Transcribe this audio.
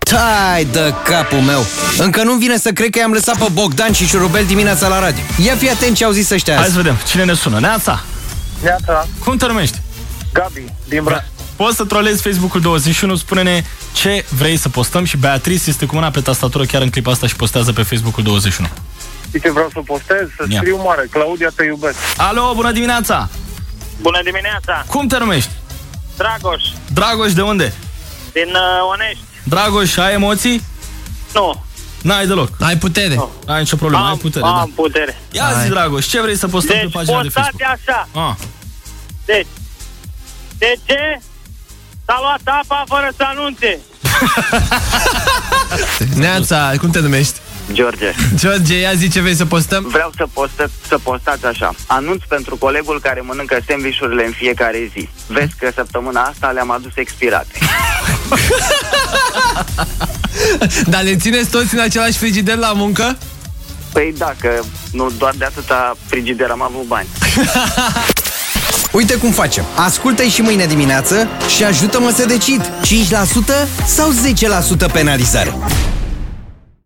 Tai de capul meu! Încă nu vine să cred că i-am lăsat pe Bogdan și Șurubel dimineața la radio. Ia fi atent ce au zis ăștia Hai să azi. vedem. Cine ne sună? Neața! Neața, Cum te numești? Gabi, din Da. Brașov. Poți să trolezi Facebook-ul 21, spune-ne ce vrei să postăm și Beatrice este cu mâna pe tastatură chiar în clipa asta și postează pe Facebook-ul 21. Uite, vreau să postez, să Ia. scriu mare. Claudia, te iubesc. Alo, bună dimineața! Bună dimineața, Cum te numești? Dragoș, Dragoș, de unde? din uh, Onești. Dragoș, ai emoții? Nu, N-ai deloc. Ai putere. N-ai nicio problemă, ai am putere, am da. putere. Ia zi, Dragoș, ce vrei să postăm pe Deci pagina de postați Facebook? așa. Ah. Deci, de ce s-a luat apa fără să anunțe? Neața, cum te numești? George, George, ia zi ce vrei să postăm. vreau să, postez, să postați așa. Anunț pentru colegul care mănâncă sandvișurile în fiecare zi. Vezi că săptămâna asta le-am adus expirate. Dar le țineți toți în același frigider la muncă? Păi da, că nu doar de atâta frigider am avut bani. Uite cum facem. Ascultă-i și mâine dimineață și ajută-mă să decid. 5% sau 10% penalizare?